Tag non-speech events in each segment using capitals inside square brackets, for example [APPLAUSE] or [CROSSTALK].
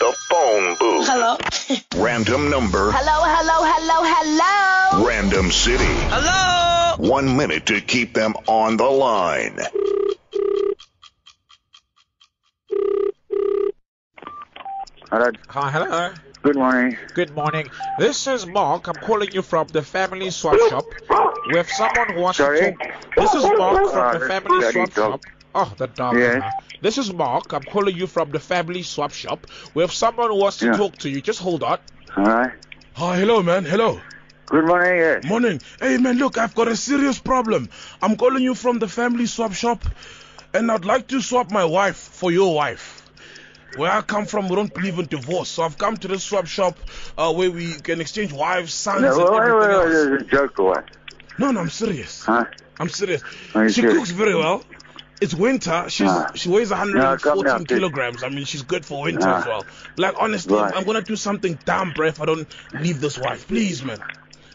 the phone booth. Hello. [LAUGHS] Random number. Hello, hello, hello, hello. Random city. Hello? One minute to keep them on the line. Hello. Hi, Uh, hello. Good morning. Good morning. This is Mark. I'm calling you from the Family Swap Shop. We have someone who wants Sorry? to talk. This is Mark Ah, from the that's Family dirty Swap Shop. dog. Oh, the dog. Yes. huh? This is Mark. I'm calling you from the Family Swap Shop. We have someone who wants to Yeah. talk to you. Just hold on. All right. Hi, Ah, hello, man. Hello. Good morning. Yes. Morning. Hey, man, look, I've got a serious problem. I'm calling you from the family swap shop, and I'd like to swap my wife for your wife. Where I come from, we don't believe in divorce, so I've come to this swap shop uh, where we can exchange wives, sons, No, and wait, wait, everything wait, else. this is a joke or what? No, no, I'm serious. Huh? I'm serious. Are you She serious? cooks very well. It's winter. She's Ah. she weighs No, come 114 now, dude. kilograms. I mean, she's good for winter Ah. as well. Like honestly, Right. I'm gonna do something damn brave if I don't leave this wife. Please, man.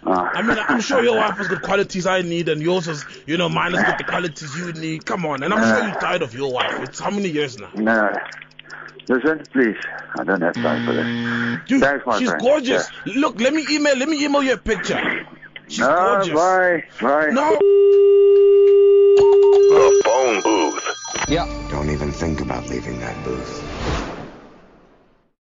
Ah. I mean, I'm [LAUGHS] sure your wife has got qualities I need, and yours is, you know, mine has got the qualities you need. Come on, and I'm sure you're tired of your wife. It's how many years now? No. Listen, please. I don't have time for this. Dude, Thanks, my she's friend. gorgeous. Look, let me email, let me email you a picture. She's No, gorgeous. bye. Bye. No. The phone booth. Don't even think about leaving that booth.